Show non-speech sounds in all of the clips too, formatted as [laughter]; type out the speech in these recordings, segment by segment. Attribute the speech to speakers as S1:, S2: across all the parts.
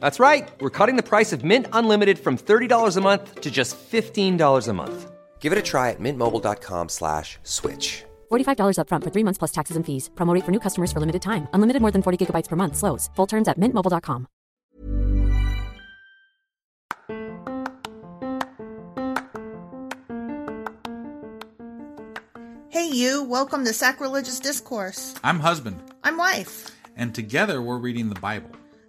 S1: That's right. We're cutting the price of Mint Unlimited from $30 a month to just $15 a month. Give it a try at mintmobile.com slash switch.
S2: $45 upfront for three months plus taxes and fees. Promo rate for new customers for limited time. Unlimited more than 40 gigabytes per month. Slows. Full terms at mintmobile.com.
S3: Hey, you, welcome to Sacrilegious Discourse.
S4: I'm husband,
S3: I'm Wife,
S4: and together we're reading the Bible.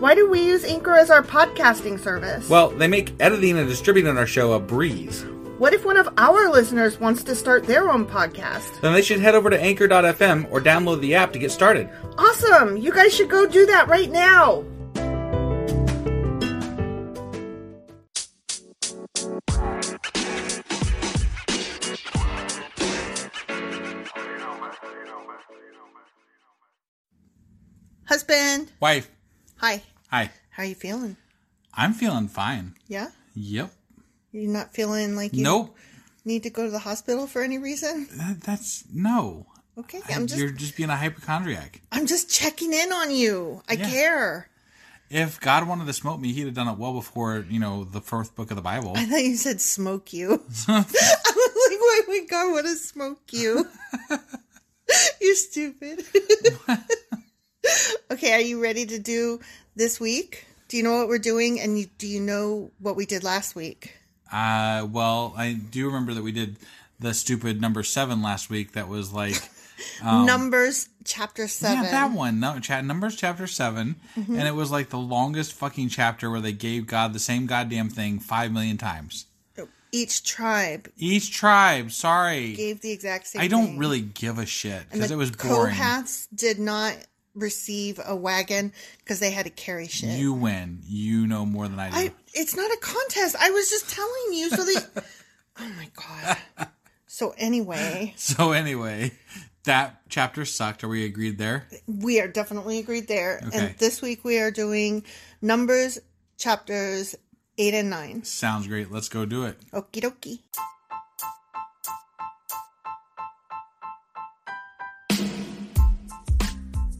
S3: Why do we use Anchor as our podcasting service?
S4: Well, they make editing and distributing our show a breeze.
S3: what if one of our listeners wants to start their own podcast?
S4: Then they should head over to anchor.fm or download the app to get started.
S3: Awesome! You guys should go do that right now! Husband,
S4: Wife,
S3: hi.
S4: hi.
S3: How you feeling?
S4: I'm feeling fine.
S3: Yeah?
S4: Yep.
S3: You're not feeling like you
S4: Nope.
S3: need to go to the hospital for any reason?
S4: That, that's no.
S3: Okay,
S4: I-
S3: I'm just
S4: You're just being a hypochondriac.
S3: I'm just checking in on you. I
S4: Yeah.
S3: care.
S4: If God wanted to smoke me, he'd have done it well before, you know, the fourth book of the Bible.
S3: I thought you said
S4: [laughs]
S3: smoke you. [laughs] I was like, why would God want to smoke
S4: [laughs]
S3: you? You're stupid. [laughs] okay, are you ready to do this week? Do you know what we're doing? And you, do you know what we did last week?
S4: Uh, well, I do remember that we did the stupid number seven last week that was
S3: [laughs]
S4: like.
S3: Numbers chapter seven.
S4: Um,
S3: Mm-hmm.
S4: Yeah, that one. No, cha- Numbers chapter 7 and it was like the longest fucking chapter where they gave God the same goddamn thing five million times.
S3: Each tribe
S4: Each tribe. Sorry,
S3: gave the exact same.
S4: I don't
S3: thing.
S4: really give a shit
S3: And
S4: because
S3: the
S4: it was boring.
S3: Kohaths did not receive a wagon because they had to carry shit.
S4: You win. You know more than I do.
S3: I it's not a contest. I was just telling you [laughs] so that Oh my god. So anyway,
S4: [laughs] so anyway, that chapter sucked. Are we agreed there?
S3: we are definitely agreed there.
S4: Okay.
S3: And this week we are doing numbers chapters 8 and 9.
S4: Sounds great. Let's go do it.
S3: Okie dokie.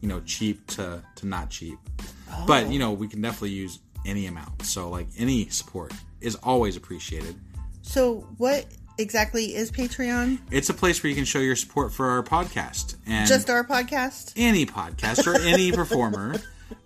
S4: you know cheap to to not cheap. But you know we can definitely use any amount, so like any support is always appreciated.
S3: So, what exactly is Patreon?
S4: It's a place where you can show your support for our podcast and
S3: Just our podcast?
S4: any podcast or any [laughs] performer.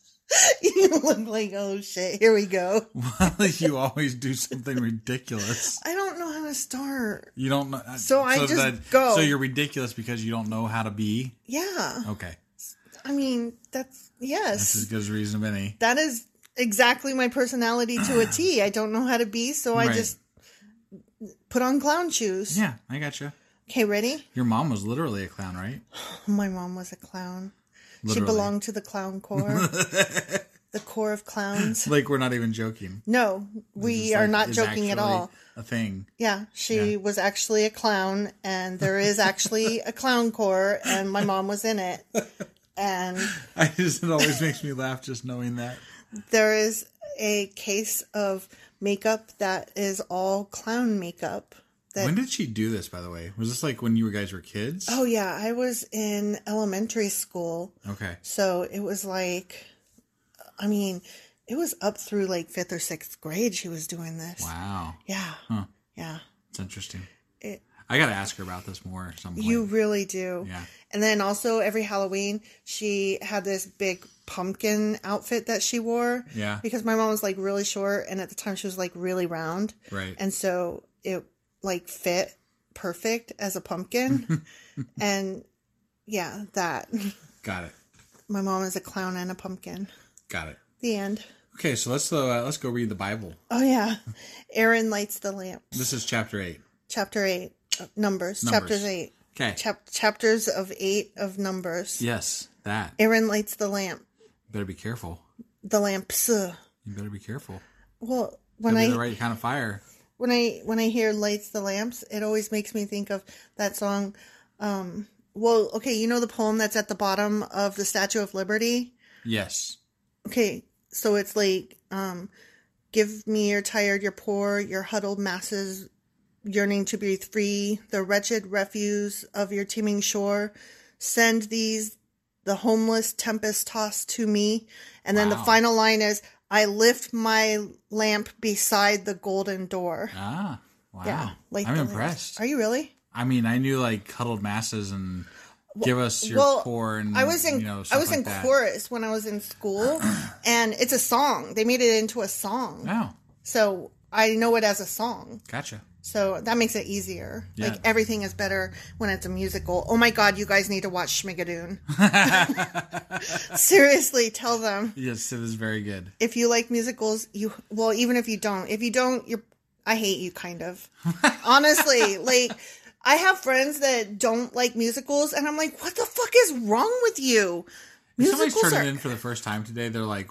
S3: [laughs] you look like, oh shit, here we go.
S4: you always do something ridiculous.
S3: I don't know how to start.
S4: You don't uh, know.
S3: So I so just that- go. so you're
S4: ridiculous because you don't know how to be.
S3: Yeah.
S4: Okay,
S3: I mean, that's, yes.
S4: good as reason of any.
S3: that is exactly my personality to a T. I don't know how to be, so I
S4: Right.
S3: just put on clown shoes.
S4: Yeah, I got you.
S3: Okay, ready?
S4: Your mom was literally a clown, right?
S3: My mom was a clown.
S4: Literally.
S3: She belonged to the
S4: [laughs]
S3: clown corps, the corps of clowns.
S4: Like we're not even joking.
S3: No,
S4: This,
S3: we
S4: like,
S3: are not
S4: is
S3: joking at
S4: actually
S3: all.
S4: A thing.
S3: Yeah, she was actually a clown, and there
S4: [laughs]
S3: is actually a clown corps, and my mom was in it. And
S4: I just it always makes me laugh just knowing that.
S3: there is a case of makeup that is all clown makeup. [laughs] That
S4: When did she do this, by the way? Was this like when you guys were kids?
S3: Oh yeah, I was in elementary school,
S4: Okay.
S3: so it was like, I mean, it was up through like fifth or sixth grade. She was doing this.
S4: Wow.
S3: Yeah, yeah.
S4: It's interesting.
S3: It-
S4: I got to ask her about this more at some point.
S3: You really do.
S4: Yeah.
S3: And then also every Halloween, she had this big pumpkin outfit that she wore.
S4: Yeah.
S3: Because my mom was like really short, and at the time she was like really round.
S4: Right.
S3: And so it like fit perfect as
S4: [laughs]
S3: a pumpkin, and yeah, that. [laughs]
S4: got it.
S3: My mom is a clown and a pumpkin.
S4: Got it.
S3: The end.
S4: Okay, so let's uh, let's go read the Bible.
S3: Oh yeah. Aaron lights the lamp.
S4: This is chapter 8.
S3: Chapter eight. Uh, Numbers.
S4: Numbers.
S3: Chapters eight.
S4: Okay.
S3: Chap- chapters of eight of numbers.
S4: yes, that.
S3: Aaron lights the lamp.
S4: Better be careful.
S3: The lamps. Ugh.
S4: You better be careful.
S3: Well, when
S4: Gotta
S3: I
S4: be the right kind of fire.
S3: when I when I hear lights the lamps, it always makes me think of that song. Um, well, okay, you know the poem that's at the bottom of the Statue of Liberty.
S4: Yes.
S3: Okay, so it's like, um, give me your tired, your poor, your huddled masses yearning to be free, the wretched refuse of your teeming shore. Send these, the homeless tempest tossed to me. And then
S4: Wow.
S3: the final line is, I lift my lamp beside the golden door.
S4: Ah. Wow.
S3: like
S4: I'm
S3: the lamps.
S4: impressed.
S3: Are you really?
S4: I mean, I knew like cuddled masses and give us your
S3: well,
S4: core and
S3: I was in
S4: you know,
S3: I
S4: stuff
S3: was
S4: like
S3: in
S4: that.
S3: chorus when I was
S4: [clears throat]
S3: in school, and it's a song. They made it into a song.
S4: Oh,
S3: So I know it as a song.
S4: gotcha.
S3: So that makes it easier.
S4: Yeah.
S3: Like everything is better when it's a musical. Oh my god, you guys need to
S4: [laughs]
S3: watch Schmigadoon. [laughs] Seriously, tell them.
S4: Yes, it is very good.
S3: If you like musicals, you well, even if you don't, if you don't, you're I hate you
S4: [laughs]
S3: kind of. Honestly, like I have friends that don't like musicals and I'm like, what the fuck is wrong with you?
S4: If somebody's
S3: Musicals
S4: turning
S3: are
S4: in for the first time today, they're like,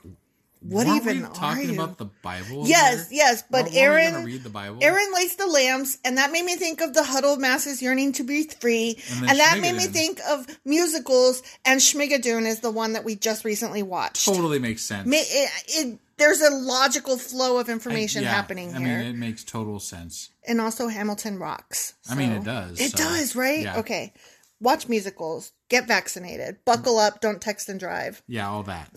S3: what
S4: "Weren't
S3: even
S4: we
S3: are
S4: talking
S3: you?
S4: about the Bible?"
S3: Yes,
S4: here?
S3: yes, but
S4: Weren't- weren't we gonna
S3: Aaron-
S4: read the Bible.
S3: Aaron lights the lamps, and that made me think of the huddled masses yearning to be free,
S4: And
S3: and,
S4: then
S3: that made me
S4: Schmigadoon.
S3: think of musicals. And Schmigadoon is the one that we just recently watched.
S4: totally makes sense.
S3: Ma- it- it- there's a logical flow of information
S4: Yeah,
S3: happening
S4: I
S3: here,
S4: mean, it makes total sense.
S3: and also Hamilton rocks.
S4: I mean,
S3: so-
S4: it does.
S3: It
S4: so-
S3: does, right?
S4: Yeah.
S3: Okay, watch musicals, get vaccinated, buckle up, don't text and drive.
S4: Yeah, all
S3: [laughs]
S4: that.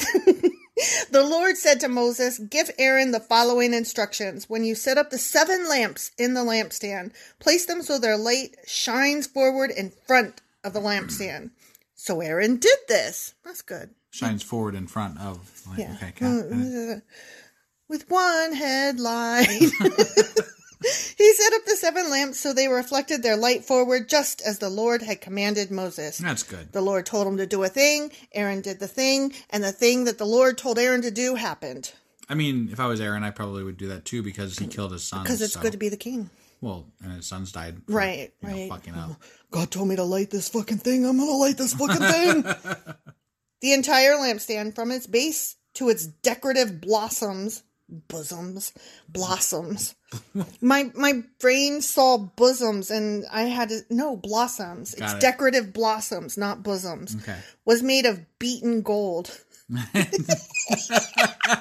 S3: The Lord said to Moses, Give Aaron the following instructions. When you set up the seven lamps in the lampstand, place them so their light shines forward in front of the lampstand. So Aaron did this. That's good.
S4: Shines forward in front of. Like, Okay, got it.
S3: With one headlight. [laughs] He set up the seven lamps so they reflected their light forward, just as the Lord had commanded Moses.
S4: That's good.
S3: The Lord told him to do a thing, Aaron did the thing, and the thing that the Lord told Aaron to do happened.
S4: I mean, if I was Aaron, I probably would do that too because he killed his son.
S3: Because it's good to be the king.
S4: Well, and his son's died. for,
S3: Right,
S4: you know,
S3: right.
S4: fucking
S3: [laughs]
S4: up.
S3: God told me to light this fucking thing. I'm going to light this fucking
S4: [laughs]
S3: thing. the entire lampstand, from its base to its decorative blossoms, bosoms,
S4: [laughs]
S3: blossoms. my my brain saw bosoms, and I had to, no blossoms. it's
S4: it. Mm.
S3: decorative blossoms, not bosoms.
S4: Okay.
S3: Was made of beaten gold. [laughs]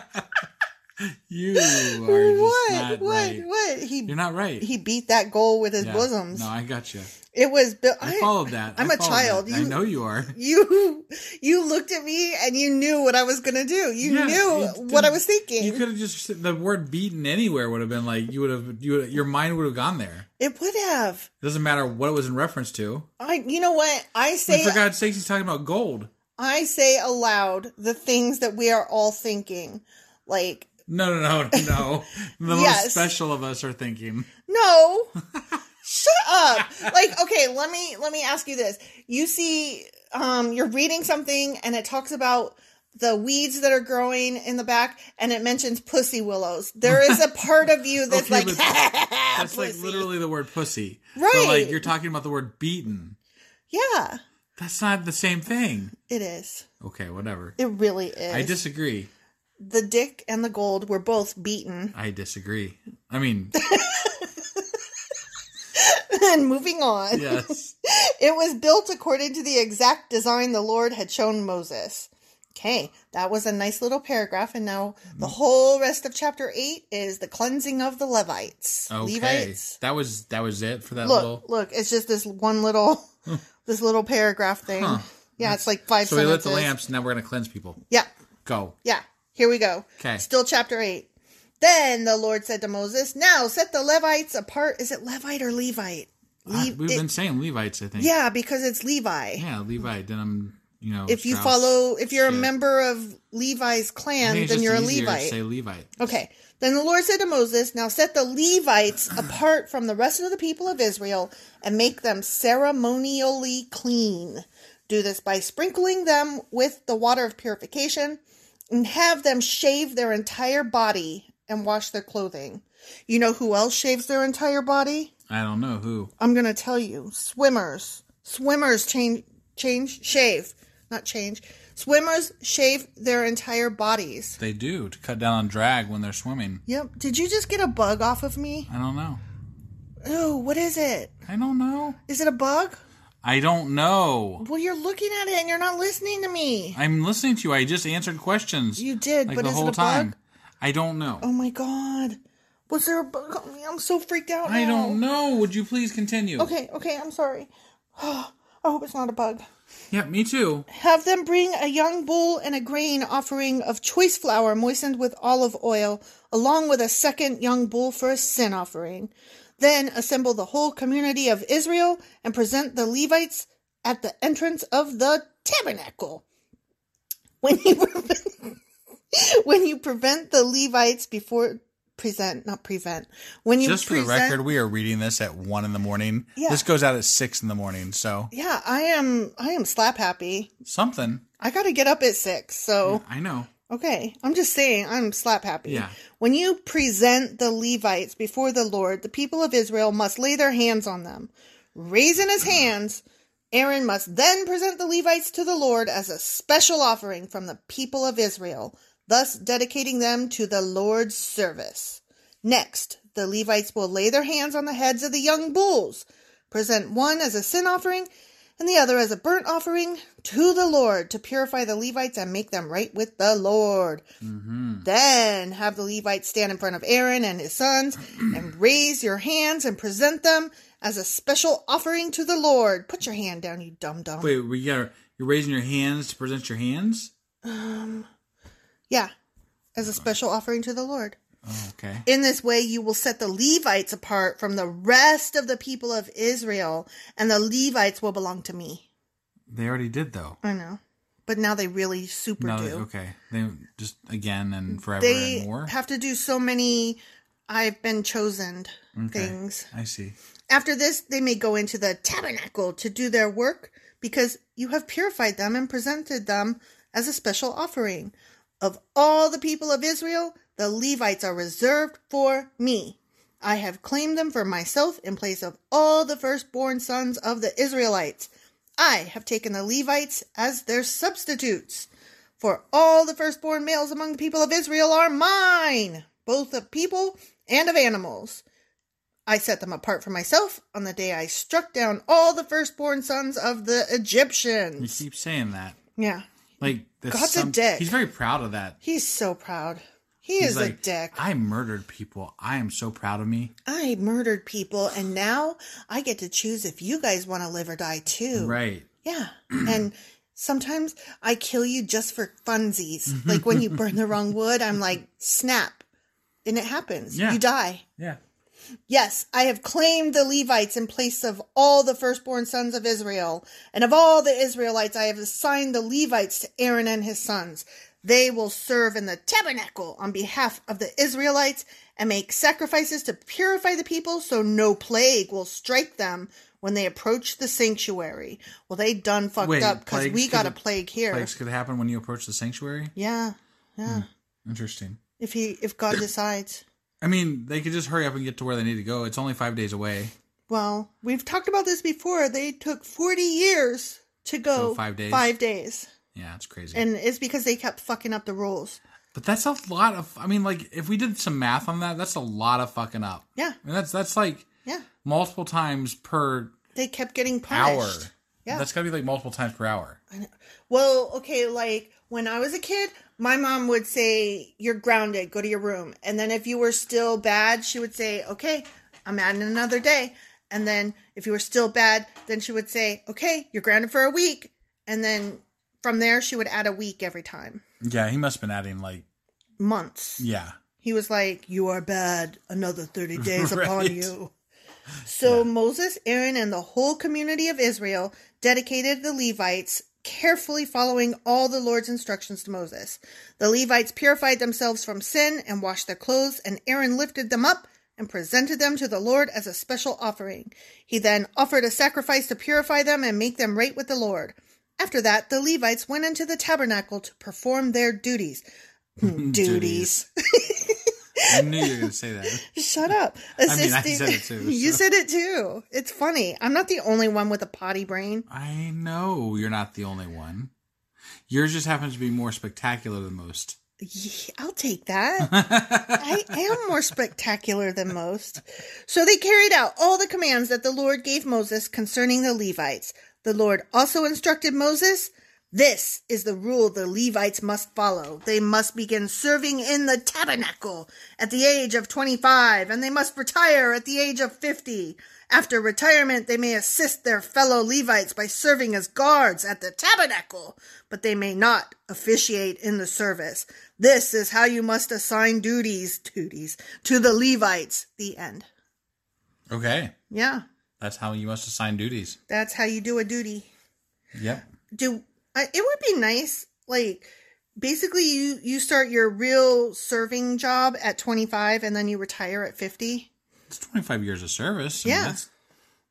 S4: You are just
S3: What?
S4: not
S3: What?
S4: right.
S3: What? He
S4: You're not right.
S3: he beat that goal with his
S4: Yeah.
S3: bosoms.
S4: No, I got you.
S3: It was. built.
S4: I followed that.
S3: I'm
S4: I
S3: a
S4: followed
S3: child.
S4: that. I know you are.
S3: you you looked at me and you knew what I was gonna do. You
S4: Yeah,
S3: knew
S4: you
S3: what I
S4: didn't-
S3: was thinking.
S4: You could have just the word "beaten" anywhere would have been like you would have you would, your mind would have gone there.
S3: it would have.
S4: It doesn't matter what it was in reference to.
S3: I you know what? I
S4: And
S3: say
S4: for God's sakes, he's talking about gold.
S3: I say aloud the things that we are all thinking. Like,
S4: No, no, no, no.
S3: [laughs]
S4: The
S3: Yes.
S4: most special of us are thinking. [laughs]
S3: no. shut up. Like, okay, let me let me ask you this. You see um you're reading something and it talks about the weeds that are growing in the back and it mentions pussy willows. There is a part of
S4: [laughs]
S3: you that's
S4: Okay,
S3: like [laughs]
S4: but That's like
S3: pussy.
S4: literally the word "pussy."
S3: Right.
S4: But like you're talking about the word "beaten."
S3: Yeah,
S4: That's not the same thing.
S3: it is.
S4: Okay, whatever.
S3: It really is.
S4: I disagree.
S3: the dick and the gold were both beaten. [laughs]
S4: I disagree. I mean,
S3: and moving on.
S4: yes.
S3: It was built according to the exact design the Lord had shown Moses. Okay, that was a nice little paragraph, and now
S4: Mm.
S3: the whole rest of chapter eight is the cleansing of the Levites.
S4: Okay.
S3: Levites.
S4: That was that was it for that
S3: Look,
S4: little.
S3: look, it's just this
S4: [laughs]
S3: one little, this little paragraph thing. Yeah, it's like five.
S4: So we lit
S3: sentences.
S4: the lamps. Now we're gonna cleanse people.
S3: Yeah,
S4: Go.
S3: Yeah, here we go.
S4: 'Kay.
S3: Still chapter 8. Then the Lord said to Moses, Now set the Levites apart. Is it Levite or Levite?
S4: I-
S3: Le-
S4: Ah, We've
S3: it-
S4: been saying Levites, I think.
S3: yeah, because it's Levi.
S4: Yeah, Levi denim. You know,
S3: if you
S4: Strauss.
S3: follow, if you're a
S4: shit.
S3: member of Levi's
S4: I think
S3: clan,
S4: it's
S3: then
S4: just
S3: you're a
S4: easier to
S3: Levite.
S4: Say Levite.
S3: Okay. Then the Lord said to Moses, Now set the Levites apart from the rest of the people of Israel and make them ceremonially clean. Do this by sprinkling them with the water of purification and have them shave their entire body and wash their clothing. You know who else shaves their entire body?
S4: I don't know who.
S3: I'm going to tell you swimmers. Swimmers change, change, shave, not change. Swimmers shave their entire bodies.
S4: They do to cut down on drag when they're swimming.
S3: Yep. Did you just get a bug off of me?
S4: I don't know.
S3: Ooh, what is it?
S4: I don't know.
S3: Is it a bug?
S4: I don't know.
S3: Well, you're looking at it and you're not listening to me.
S4: I'm listening to you. I just answered questions.
S3: You did,
S4: like
S3: but
S4: the
S3: is it
S4: whole
S3: a
S4: time.
S3: bug?
S4: I don't know.
S3: Oh my god. Was there a bug on me? I'm so freaked out.
S4: I
S3: now.
S4: don't know. Would you please continue?
S3: Okay, okay, I'm sorry. [sighs] I hope it's not a bug.
S4: Yeah, me too.
S3: Have them bring a young bull and a grain offering of choice flour moistened with olive oil, along with a second young bull for a sin offering. Then assemble the whole community of Israel and present the Levites at the entrance of the tabernacle. When you [laughs] prevent, when you prevent the Levites before present, not prevent. When you
S4: Just for the
S3: present,
S4: record, we are reading this at one in the morning.
S3: Yeah.
S4: This goes out at six in the morning, so
S3: yeah, I am I am slap happy.
S4: something.
S3: I got to get up at six, so.
S4: I know.
S3: Okay, I'm just saying, I'm slap happy.
S4: Yeah.
S3: When you present the Levites before the Lord, the people of Israel must lay their hands on them. Raising his hands, Aaron must then present the Levites to the Lord as a special offering from the people of Israel, thus dedicating them to the Lord's service. Next, the Levites will lay their hands on the heads of the young bulls, present one as a sin offering and the other as a burnt offering to the Lord to purify the Levites and make them right with the Lord. Then have the Levites stand in front of Aaron and his sons and [clears throat] raise your hands and present them as a special offering to the Lord. Put your hand down, you dumb dumb.
S4: Wait, we got you're raising your hands to present your hands.
S3: Yeah, as a special offering to the Lord.
S4: Oh, okay.
S3: In this way, you will set the Levites apart from the rest of the people of Israel, and the Levites will belong to me.
S4: They already did though.
S3: I know. But now they really super
S4: No,
S3: do.
S4: they- okay. They just again and forever
S3: they
S4: and more.
S3: have to do so many I've been chosen things.
S4: I see.
S3: After this, they may go into the tabernacle to do their work because you have purified them and presented them as a special offering. Of all the people of Israel, the Levites are reserved for me. I have claimed them for myself in place of all the firstborn sons of the Israelites. I have taken the Levites as their substitutes. For all the firstborn males among the people of Israel are mine, both of people and of animals. I set them apart for myself on the day I struck down all the firstborn sons of the
S4: You
S3: Egyptians.
S4: keep saying that.
S3: Yeah.
S4: Like that's
S3: God's a dick.
S4: He's very proud of that.
S3: He's so proud. He
S4: He's
S3: is a
S4: like,
S3: dick. I,
S4: I murdered people. I am so proud of me.
S3: murdered people, and now I get to choose if you guys want to live or die too.
S4: Right. [clears throat]
S3: Yeah. and sometimes I kill you just for
S4: Mm-hmm.
S3: funsies.
S4: [laughs]
S3: like when you burn the wrong wood, I'm like, snap. And it happens.
S4: Yeah.
S3: You die.
S4: Yeah.
S3: Yes, I have claimed the Levites in place of all the firstborn sons of Israel, and of all the Israelites I have assigned the Levites to Aaron and his sons. They will serve in the tabernacle on behalf of the Israelites and make sacrifices to purify the people so no plague will strike them when they approach the sanctuary. Well, they done fucked
S4: Wait,
S3: up because
S4: plagues
S3: we got a
S4: could-
S3: plague here.
S4: Plagues could happen when you approach the sanctuary.
S3: Yeah, yeah.
S4: Interesting.
S3: If he, if
S4: [clears throat]
S3: God decides.
S4: I mean, they could just hurry up and get to where they need to go. It's only five days away.
S3: Well, we've talked about this before. They took 40 years to go
S4: So five days?
S3: Five days.
S4: Yeah, it's crazy.
S3: And it's because they kept fucking up the rules.
S4: but that's a lot of. I mean, like if we did some math on that, that's a lot of fucking up.
S3: Yeah.
S4: I mean, that's that's like
S3: Yeah.
S4: multiple times per
S3: They kept getting
S4: hour.
S3: punished. Yeah.
S4: That's got to be like multiple times per hour.
S3: Well, okay, like when I was a kid, my mom would say, You're grounded, go to your room. And then if you were still bad, she would say, Okay, I'm adding another day. And then if you were still bad, then she would say, Okay, you're grounded for a week. And then from there, she would add a week every time.
S4: Yeah, he must have been adding like
S3: Months.
S4: yeah.
S3: He was like, You are bad, another 30 days
S4: Right.
S3: upon you. So Moses, Aaron, and the whole community of Israel dedicated the Levites, carefully following all the Lord's instructions to Moses. The Levites purified themselves from sin and washed their clothes, and Aaron lifted them up and presented them to the Lord as a special offering. He then offered a sacrifice to purify them and make them right with the Lord. After that, the Levites went into the tabernacle to perform their duties. duties.
S4: I knew you were going to say that.
S3: [laughs] Shut up.
S4: I mean, I said it too,
S3: [laughs] you
S4: so.
S3: said it too. It's funny. I'm not the only one with a potty brain.
S4: I know you're not the only one. Yours just happens to be more spectacular than most.
S3: Ye- I'll
S4: [laughs]
S3: take that. I am more spectacular than most. So they carried out all the commands that the Lord gave Moses concerning the Levites. The Lord also instructed Moses this is the rule the Levites must follow. They must begin serving in the tabernacle at the age of 25, and they must retire at the age of 50. After retirement, they may assist their fellow Levites by serving as guards at the tabernacle, but they may not officiate in the service. This is how you must assign duties, duties to the Levites. The end.
S4: Okay.
S3: Yeah,
S4: That's how you must assign duties.
S3: that's how you do a duty.
S4: Yep.
S3: do I, it would be nice like basically you you start your real serving job at 25 and then you retire at 50
S4: It's 25 years of service.
S3: Yeah.
S4: That's,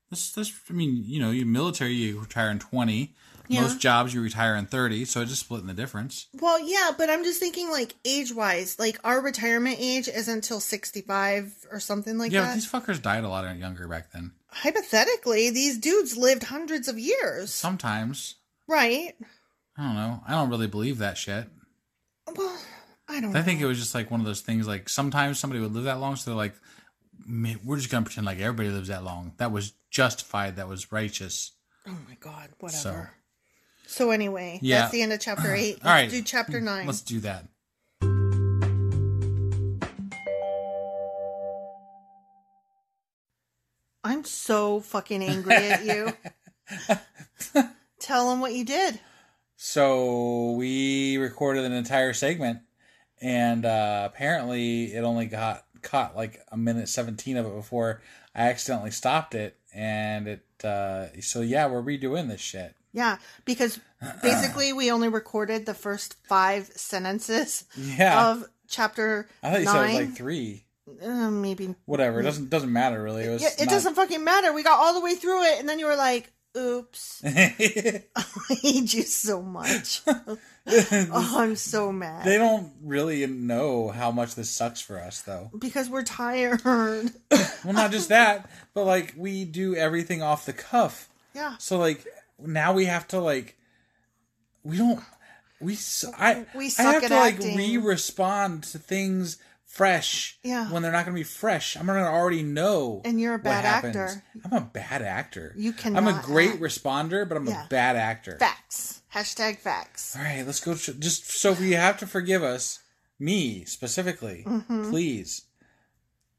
S4: that's, that's, I mean, you know, you military, you retire in 20. Most jobs, you retire in 30. So it's just splitting the difference.
S3: well yeah but i'm just thinking like age wise like our retirement age is until 65 or something like
S4: yeah, but
S3: that
S4: these fuckers died a lot younger back then.
S3: hypothetically these dudes lived hundreds of years
S4: Sometimes.
S3: right
S4: I don't know. I don't really believe that shit.
S3: well i don't
S4: I
S3: know
S4: think it was just like one of those things. Like sometimes somebody would live that long, so they're like, "Man, "We're just gonna pretend like everybody lives that long." That was justified. That was righteous.
S3: oh my god
S4: So,
S3: whatever so, anyway
S4: Yeah.
S3: that's the end of
S4: [clears throat]
S3: chapter 8
S4: all right,
S3: do chapter 9
S4: Let's do that.
S3: I'm so fucking angry at you.
S4: [laughs]
S3: Tell them what you did.
S4: So we recorded an entire segment, and uh, apparently it only got caught like a minute seventeen of it before I accidentally stopped it, and it. Uh, so yeah, we're redoing this shit.
S3: Yeah, because basically we only recorded the first five sentences
S4: Yeah,
S3: of chapter
S4: I thought you said it was
S3: nine.
S4: like three.
S3: Uh, maybe.
S4: Whatever. It doesn't doesn't matter really. It, was
S3: Yeah, it
S4: not-
S3: doesn't fucking matter. We got all the way through it, and then you were like, "Oops,
S4: [laughs]
S3: [laughs] I hate you so much." oh, I'm so mad
S4: they don't really know how much this sucks for us though.
S3: because we're tired. [laughs]
S4: Well, not just that, but like we do everything off the cuff.
S3: yeah,
S4: So like now we have to like we don't we s- I
S3: We
S4: I
S3: suck
S4: have
S3: at
S4: to like
S3: acting.
S4: re-respond to things fresh
S3: Yeah.
S4: when they're not going to be fresh. I'm going to already know.
S3: And you're a
S4: what
S3: bad
S4: happens.
S3: actor.
S4: I'm a bad actor.
S3: You
S4: I'm a
S3: cannot
S4: great
S3: act.
S4: responder, but I'm
S3: Yeah.
S4: a bad actor.
S3: facts. Hashtag facts.
S4: All right, let's go. Ch- just Sophie, you have to forgive us, me specifically,
S3: Mm-hmm.
S4: please,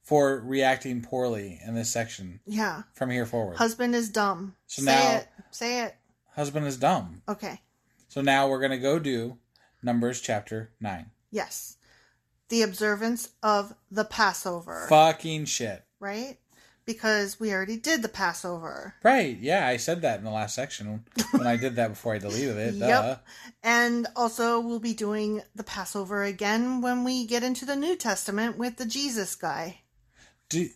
S4: for reacting poorly in this section
S3: Yeah,
S4: from here forward.
S3: husband is dumb.
S4: So
S3: Say
S4: now-
S3: it. Say it.
S4: Husband is dumb.
S3: Okay.
S4: So now we're gonna go do Numbers chapter nine.
S3: Yes, the observance of the Passover.
S4: Fucking shit.
S3: right? Because we already did the Passover.
S4: Right? Yeah, I said that in the last section when I did that before I deleted it. Duh.
S3: Yep. And also, we'll be doing the Passover again when we get into the New Testament with the Jesus guy.
S4: Do,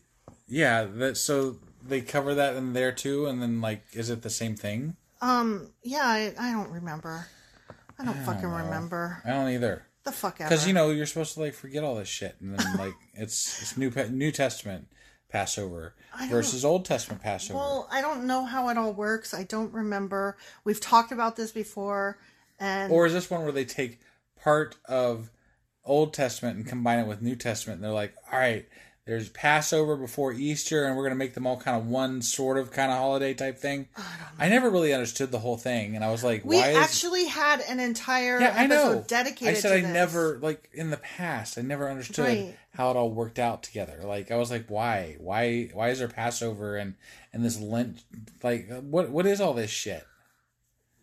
S4: yeah. That, so they cover that in there too, and then like, is it the same thing?
S3: Um, yeah, I, I don't remember. I don't fucking remember.
S4: I don't either.
S3: The fuck ever.
S4: Because you know you're supposed to like forget all this shit, and then like it's it's new Pa- New Testament Passover versus Old Testament Passover.
S3: Well, I don't know how it all works. I don't remember. We've talked about this before, and
S4: or is this one where they take part of Old Testament and combine it with New Testament? And they're like, all right, there's Passover before Easter, and we're going to make them all kind of one sort of kind of holiday type thing. I, never really understood the whole thing, and I was like,
S3: we
S4: why is
S3: actually had an entire
S4: yeah, I
S3: episode
S4: know.
S3: dedicated.
S4: I said
S3: to
S4: I
S3: this.
S4: never like in the past. I never understood
S3: Right.
S4: how it all worked out together. Like I was like, why, why, why is there Passover and and this Lent? Like what what is all this shit?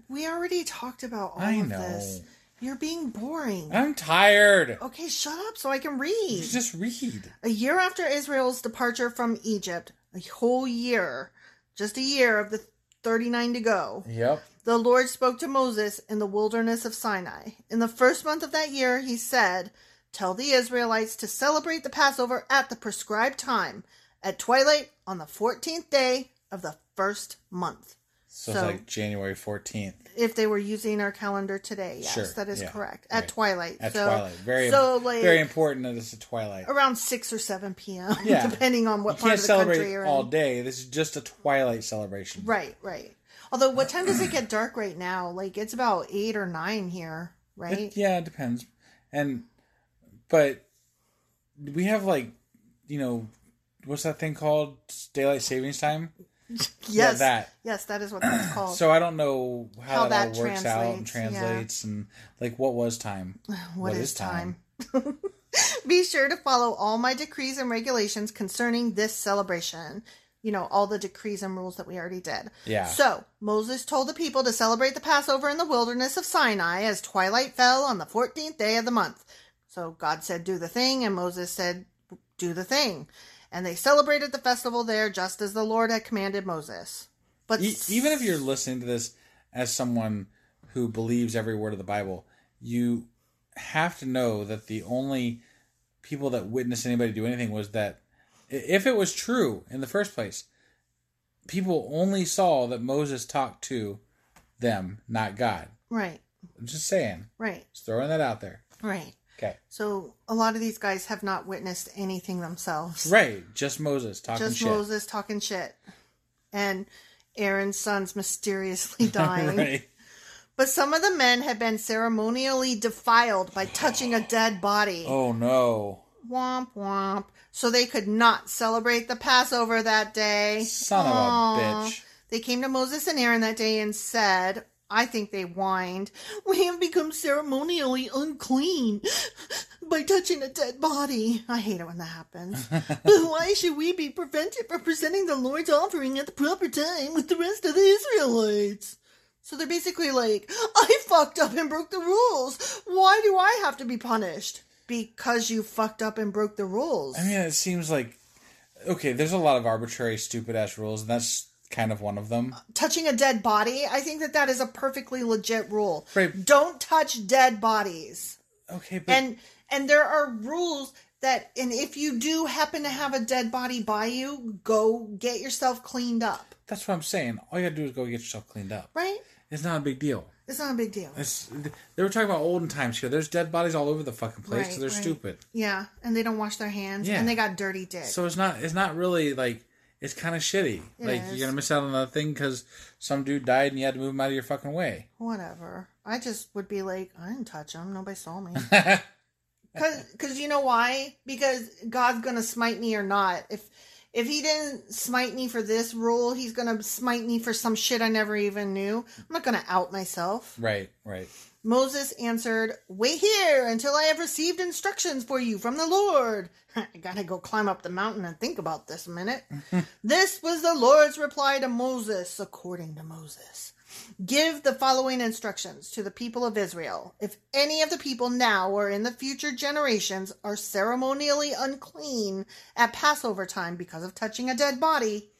S3: We already talked about all
S4: I
S3: of
S4: know.
S3: this. You're being boring.
S4: I'm tired.
S3: Okay, shut up so I can read.
S4: Just read.
S3: A year after Israel's departure from Egypt, a whole year, just a year of the 39 to go,
S4: Yep.
S3: the Lord spoke to Moses in the wilderness of Sinai. In the first month of that year, he said, Tell the Israelites to celebrate the Passover at the prescribed time, at twilight on the 14th day of the first month.
S4: So, it's
S3: So-
S4: like January 14th.
S3: If they were using our calendar today, yes,
S4: Sure,
S3: that is
S4: yeah,
S3: correct.
S4: right.
S3: At twilight.
S4: At
S3: so,
S4: twilight. Very
S3: so like
S4: very important that it's a twilight.
S3: around six or seven p.m.
S4: Yeah.
S3: [laughs] depending on what
S4: you
S3: part
S4: can't
S3: of the country
S4: celebrate
S3: you're
S4: all
S3: in.
S4: day. This is just a twilight celebration.
S3: Right, right. Although, what time does it get dark right now? Like, it's about eight or
S4: [laughs]
S3: nine here, right?
S4: It, yeah, it depends. And but we have like you know what's that thing called daylight savings time? yeah,
S3: yes,
S4: that.
S3: yes, that is
S4: [clears throat]
S3: what that's called.
S4: So I don't know how,
S3: How
S4: that,
S3: that
S4: all works out and
S3: translates, yeah.
S4: translates and like what was time?
S3: [sighs] What is Be sure to follow all my decrees and regulations concerning this celebration. You know, all the decrees and rules that we already did.
S4: Yeah.
S3: So, Moses told the people to celebrate the Passover in the wilderness of Sinai as twilight fell on the 14th day of the month. So, God said, Do the thing, and Moses said, Do the thing. And they celebrated the festival there just as the Lord had commanded Moses. But
S4: E- even if you're listening to this as someone who believes every word of the Bible, you have to know that the only people that witnessed anybody do anything was that i- if it was true in the first place, people only saw that Moses talked to them, not God.
S3: right,
S4: I'm just saying,
S3: right,
S4: just throwing that out there.
S3: right.
S4: Okay,
S3: So, a lot of these guys have not witnessed anything themselves.
S4: right? Just Moses talking
S3: just
S4: shit.
S3: Moses talking shit, and Aaron's sons
S4: [laughs]
S3: mysteriously dying.
S4: [laughs] Right.
S3: But some of the men had been ceremonially defiled by touching a dead body.
S4: Oh no!
S3: Womp womp. So they could not celebrate the Passover that day.
S4: Son
S3: Aw.
S4: of a bitch.
S3: They came to Moses and Aaron that day and said, I think they whined, We have become ceremonially unclean by touching a dead body. I hate it when that happens. [laughs] but why should we be prevented from presenting the Lord's offering at the proper time with the rest of the Israelites? So they're basically like, I fucked up and broke the rules. Why do I have to be punished? Because you fucked up and broke the rules.
S4: I mean, it seems like okay. There's a lot of arbitrary, stupid ass rules, and that's kind of one of them.
S3: touching a dead body, I think that that is a perfectly legit rule.
S4: Right.
S3: Don't touch dead bodies.
S4: Okay, but
S3: And and there are rules that and if you do happen to have a dead body by you, go get yourself cleaned up.
S4: That's what I'm saying. All you gotta do is go get yourself cleaned up.
S3: Right?
S4: It's not a big deal.
S3: It's not a big deal.
S4: It's, they were talking about olden times here. There's dead bodies all over the fucking place, so
S3: Right,
S4: they're
S3: right.
S4: stupid.
S3: Yeah, and they don't wash their hands,
S4: Yeah.
S3: and they got dirty dicks.
S4: So it's not it's not really like it's kind of shitty. like
S3: is.
S4: you're gonna miss out on another thing because some dude died and you had to move him out of your fucking way.
S3: Whatever. I just would be like, I didn't touch him. Nobody
S4: [laughs]
S3: saw me. Cause, Cause, you know why? Because God's gonna smite me or not. If if He didn't smite me for this rule, He's gonna smite me for some shit I never even knew. I'm not gonna out myself.
S4: Right, right.
S3: Moses answered, "Wait here until I have received instructions for you from the Lord." [laughs] I gotta go climb up the mountain and think about this a minute. this was the Lord's reply to Moses, according to Moses. Give the following instructions to the people of Israel. If any of the people now or in the future generations are ceremonially unclean at Passover time because of touching a dead body,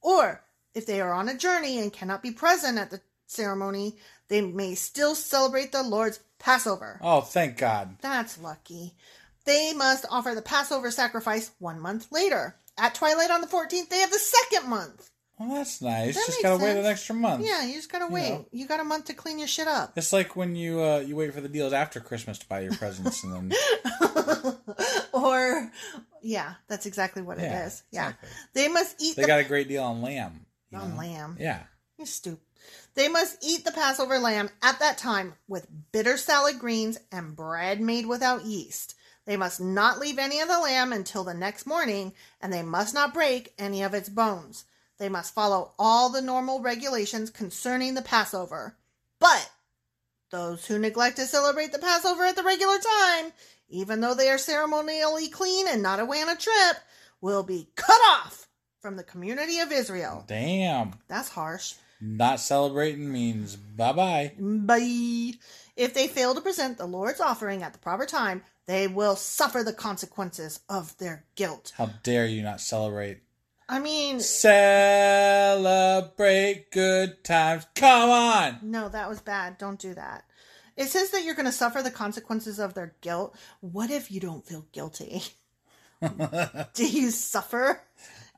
S3: or if they are on a journey and cannot be present at the ceremony, they may still celebrate the Lord's Passover.
S4: Oh, thank God.
S3: That's lucky. They must offer the Passover sacrifice one month later. At twilight on the 14th day of the second month.
S4: Well, that's nice.
S3: That
S4: Just
S3: makes
S4: gotta wait
S3: sense.
S4: an extra month.
S3: Yeah, you just gotta wait.
S4: know.
S3: You got a month to clean your shit up.
S4: It's like when you uh, you wait for the deals after Christmas to buy your presents, and
S3: [laughs]
S4: then
S3: [laughs] or, yeah, that's exactly what
S4: Yeah,
S3: it is. Yeah.
S4: exactly.
S3: They must eat
S4: they
S3: the
S4: got a great deal on lamb. you
S3: on
S4: know?
S3: lamb.
S4: Yeah.
S3: You're stupid. They must eat the Passover lamb at that time with bitter salad greens and bread made without yeast. They must not leave any of the lamb until the next morning, and they must not break any of its bones. They must follow all the normal regulations concerning the Passover. But those who neglect to celebrate the Passover at the regular time, even though they are ceremonially clean and not away on a trip, will be cut off from the community of Israel.
S4: Damn.
S3: That's harsh.
S4: Not celebrating means bye bye.
S3: Bye. If they fail to present the Lord's offering at the proper time, they will suffer the consequences of their guilt.
S4: How dare you not celebrate?
S3: I mean,
S4: Celebrate good times. Come on.
S3: no, that was bad. Don't do that. It says that you're going to suffer the consequences of their guilt. What if you don't feel
S4: [laughs]
S3: guilty? do you suffer?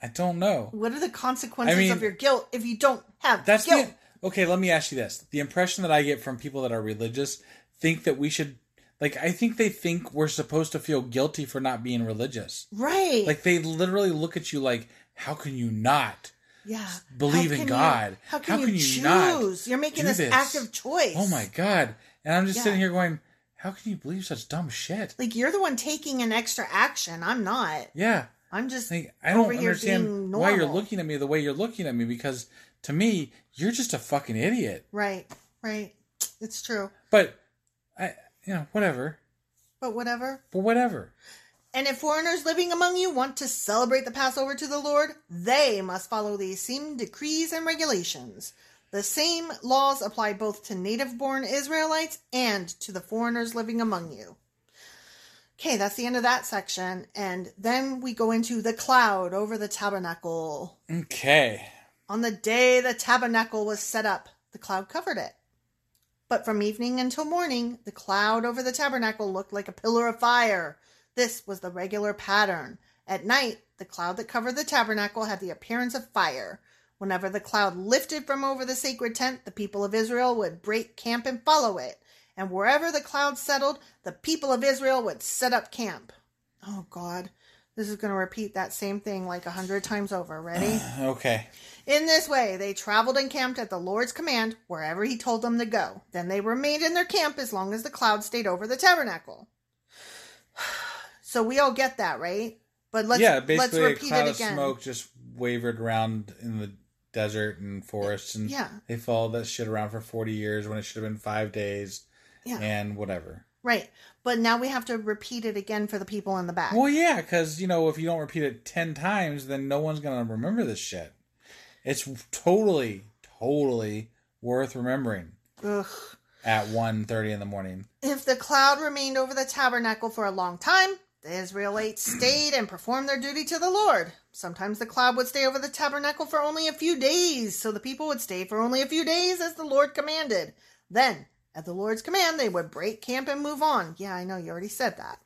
S4: I don't know.
S3: What are the consequences
S4: I mean,
S3: of your guilt if you don't have
S4: That's
S3: guilt?
S4: the okay. Let me ask you this: the impression that I get from people that are religious think that we should, like, I think they think we're supposed to feel guilty for not being religious.
S3: right.
S4: Like, they literally look at you like, "How can you not
S3: yeah.
S4: believe
S3: How can
S4: in
S3: you-
S4: God?
S3: how can you choose?
S4: not
S3: You're making
S4: do
S3: this, active choice.
S4: Oh my god!" And I'm just
S3: Yeah.
S4: sitting here going, "How can you believe such dumb shit?"
S3: Like you're the one taking an extra action. I'm not.
S4: Yeah,
S3: I'm just
S4: like I don't
S3: over here being
S4: understand why you're
S3: normal.
S4: looking at me the way you're looking at me because to me, you're just a fucking idiot.
S3: Right, right. It's true.
S4: But I, you know, whatever.
S3: But whatever.
S4: But whatever.
S3: And if foreigners living among you want to celebrate the Passover to the Lord, they must follow these same decrees and regulations. The same laws apply both to native born Israelites and to the foreigners living among you. Okay, that's the end of that section. And then we go into the cloud over the tabernacle.
S4: Okay.
S3: On the day the tabernacle was set up, the cloud covered it. But from evening until morning, the cloud over the tabernacle looked like a pillar of fire. This was the regular pattern. At night, the cloud that covered the tabernacle had the appearance of fire. Whenever the cloud lifted from over the sacred tent, the people of Israel would break camp and follow it. And wherever the cloud settled, the people of Israel would set up camp. Oh, God. This is going to repeat that same thing like a hundred times over. Ready? [sighs]
S4: Okay.
S3: In this way, they traveled and camped at the Lord's command wherever he told them to go. Then they remained in their camp as long as the cloud stayed over the tabernacle. [sighs] So we all get that, right? But let's
S4: yeah,
S3: let's
S4: basically a
S3: repeat
S4: cloud
S3: it
S4: of
S3: again.
S4: smoke just wavered around in the desert and forests and
S3: Yeah.
S4: they followed that shit around for 40 years when it should have been 5 days
S3: Yeah.
S4: and whatever.
S3: Right. But now we have to repeat it again for the people in the back.
S4: Well, yeah, cuz you know, if you don't repeat it 10 times, then no one's going to remember this shit. It's totally totally worth remembering
S3: Ugh.
S4: at 1:30 in the morning.
S3: If the cloud remained over the tabernacle for a long time, the Israelites stayed and performed their duty to the Lord. Sometimes the cloud would stay over the tabernacle for only a few days, so the people would stay for only a few days as the Lord commanded. Then, at the Lord's command, they would break camp and move on. Yeah, I know, you already said that.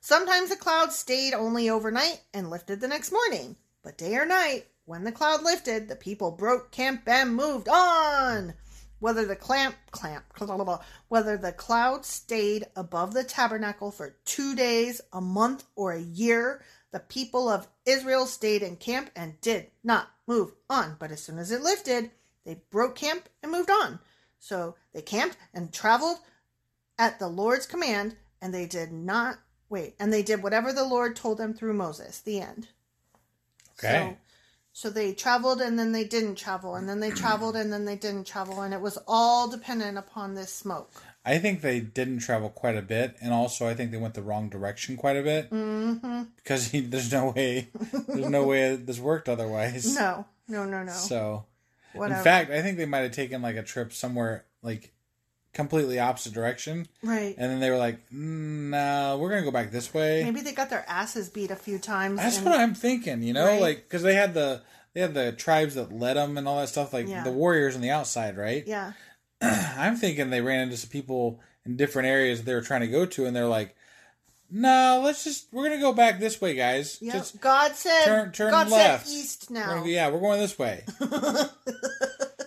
S3: Sometimes the cloud stayed only overnight and lifted the next morning. But day or night, when the cloud lifted, the people broke camp and moved on. Whether the clamp clamp blah, blah, blah, whether the cloud stayed above the tabernacle for two days, a month, or a year, the people of Israel stayed in camp and did not move on. But as soon as it lifted, they broke camp and moved on. So they camped and traveled at the Lord's command, and they did not wait, and they did whatever the Lord told them through Moses. The end.
S4: Okay.
S3: So, so they traveled and then they didn't travel, and then they traveled and then they didn't travel, and it was all dependent upon this smoke.
S4: I think they didn't travel quite a bit, and also I think they went the wrong direction quite a bit mm-hmm. because he, there's no way, there's no way this worked otherwise.
S3: No, no, no, no.
S4: So,
S3: Whatever.
S4: in fact, I think they might have taken like a trip somewhere like completely opposite direction,
S3: right.
S4: and then they were like, "Mm, "No, we're gonna go back this way."
S3: Maybe they got their asses beat a few times.
S4: That's
S3: and-
S4: what I'm thinking, you know,
S3: Right.
S4: like because they had the they had the tribes that led them and all that stuff, like
S3: Yeah.
S4: the warriors on the outside, right?
S3: Yeah.
S4: I'm thinking they ran into some people in different areas that they were trying to go to, and they're like, "No, let's just we're gonna go back this way, guys.
S3: Yeah.
S4: Just
S3: God said.
S4: turn turn
S3: God
S4: left,
S3: said east
S4: We're
S3: now.
S4: gonna- yeah, we're going this
S3: [laughs]
S4: way."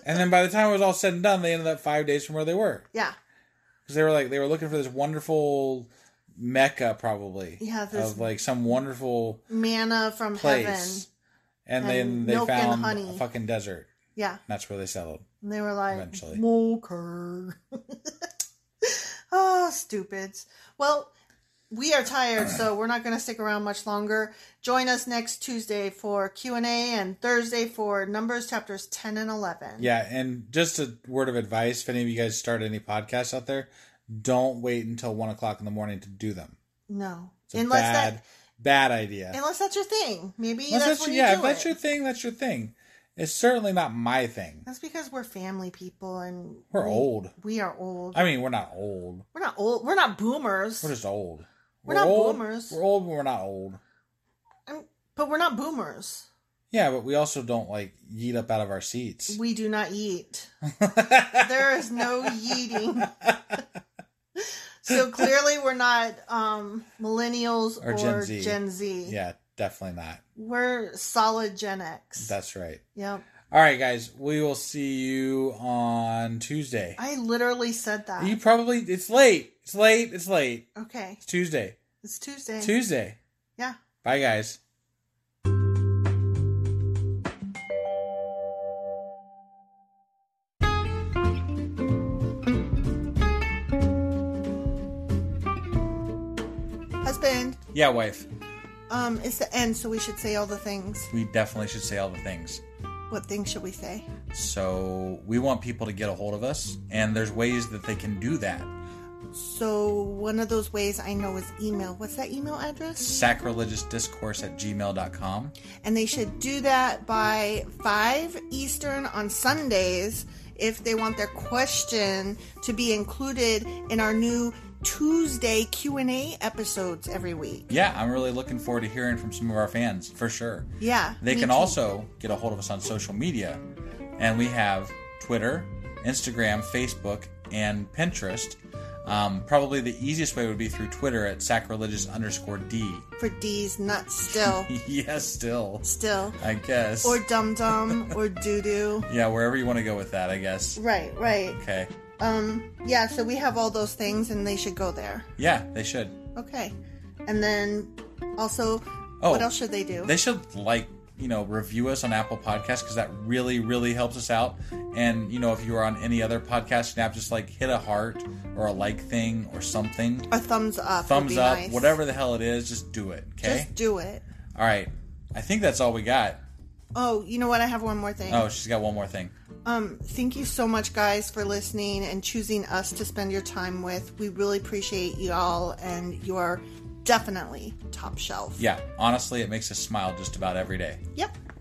S4: and then by the time it was all said and done, they ended up five days from where they were
S3: yeah.
S4: because they were like they were looking for this wonderful mecca, probably
S3: Yeah, this-
S4: of like some wonderful
S3: Manna from heaven.
S4: place, and,
S3: and
S4: then they
S3: milk and
S4: found
S3: honey.
S4: a fucking desert.
S3: Yeah.
S4: And that's where they settled.
S3: And they were like,
S4: Eventually.
S3: Smoker. [laughs] oh, stupids. Well, we are tired, so we're not going to stick around much longer. Join us next Tuesday for Q&A and Thursday for Numbers chapters 10 and 11.
S4: Yeah, and just a word of advice: if any of you guys start any podcasts out there, don't wait until one o'clock in the morning to do them.
S3: No.
S4: It's a
S3: Unless
S4: bad,
S3: that
S4: bad idea.
S3: unless that's your thing. Maybe
S4: Unless
S3: that's, what you
S4: your, yeah,
S3: do
S4: if that's
S3: it.
S4: your thing, that's your thing. It's certainly not my thing.
S3: That's because we're family people and
S4: We're
S3: we-
S4: old.
S3: We are old.
S4: I mean, we're not old.
S3: we're not old. We're not boomers.
S4: We're just old.
S3: We're not
S4: old.
S3: boomers.
S4: We're old, but we're not old.
S3: I'm- but we're not boomers.
S4: Yeah, but we also don't like yeet up out of our seats.
S3: We do not
S4: [laughs]
S3: eat. there is no yeeting. so clearly, we're not um, millennials or,
S4: Or Gen Z.
S3: Gen Z.
S4: yeah, definitely not.
S3: We're solid Gen X.
S4: That's right.
S3: yep.
S4: All right, guys. We will see you on Tuesday.
S3: I literally said that.
S4: You probably it's late. It's late. It's late.
S3: okay.
S4: It's Tuesday.
S3: It's Tuesday.
S4: Tuesday.
S3: yeah.
S4: Bye guys.
S3: Husband,
S4: Yeah, wife.
S3: um, it's the end, so we should say all the things.
S4: We definitely should say all the things.
S3: What things should we say?
S4: So we want people to get a hold of us, and there's ways that they can do that.
S3: So one of those ways I know is email. What's that email address?
S4: Sacrilegiousdiscourse at gmail.com.
S3: and they should do that by 5 Eastern on Sundays if they want their question to be included in our new Tuesday Q&A episodes every week.
S4: Yeah, I'm really looking forward to hearing from some of our fans for sure.
S3: Yeah.
S4: They
S3: me
S4: can
S3: too.
S4: also get a hold of us on social media, and we have Twitter, Instagram, Facebook, and Pinterest. Um, probably the easiest way would be through Twitter at sacrilegious underscore D. [laughs]
S3: for D's nuts still
S4: yes, still,
S3: still
S4: I guess.
S3: or dum dum or doo doo.
S4: yeah, wherever you want to go with that, I guess.
S3: Right, right.
S4: Okay.
S3: Um yeah, so we have all those things and they should go there.
S4: Yeah, they should.
S3: Okay. And then also
S4: Oh,
S3: what else should they do?
S4: They should like you know review us on Apple Podcasts because that really really helps us out. And you know if you are on any other podcast app, just like hit a heart or a like thing or something.
S3: a thumbs up. would
S4: thumbs
S3: be
S4: up,
S3: nice.
S4: whatever the hell it is, just do it. Okay.
S3: Just do it.
S4: all right. I think that's all we got.
S3: Oh, you know what? I have one more thing.
S4: Oh, she's got one more thing.
S3: Um, thank you so much, guys, for listening and choosing us to spend your time with. We really appreciate you all, and you are definitely top shelf.
S4: Yeah. Honestly, it makes us smile just about every day.
S3: Yep.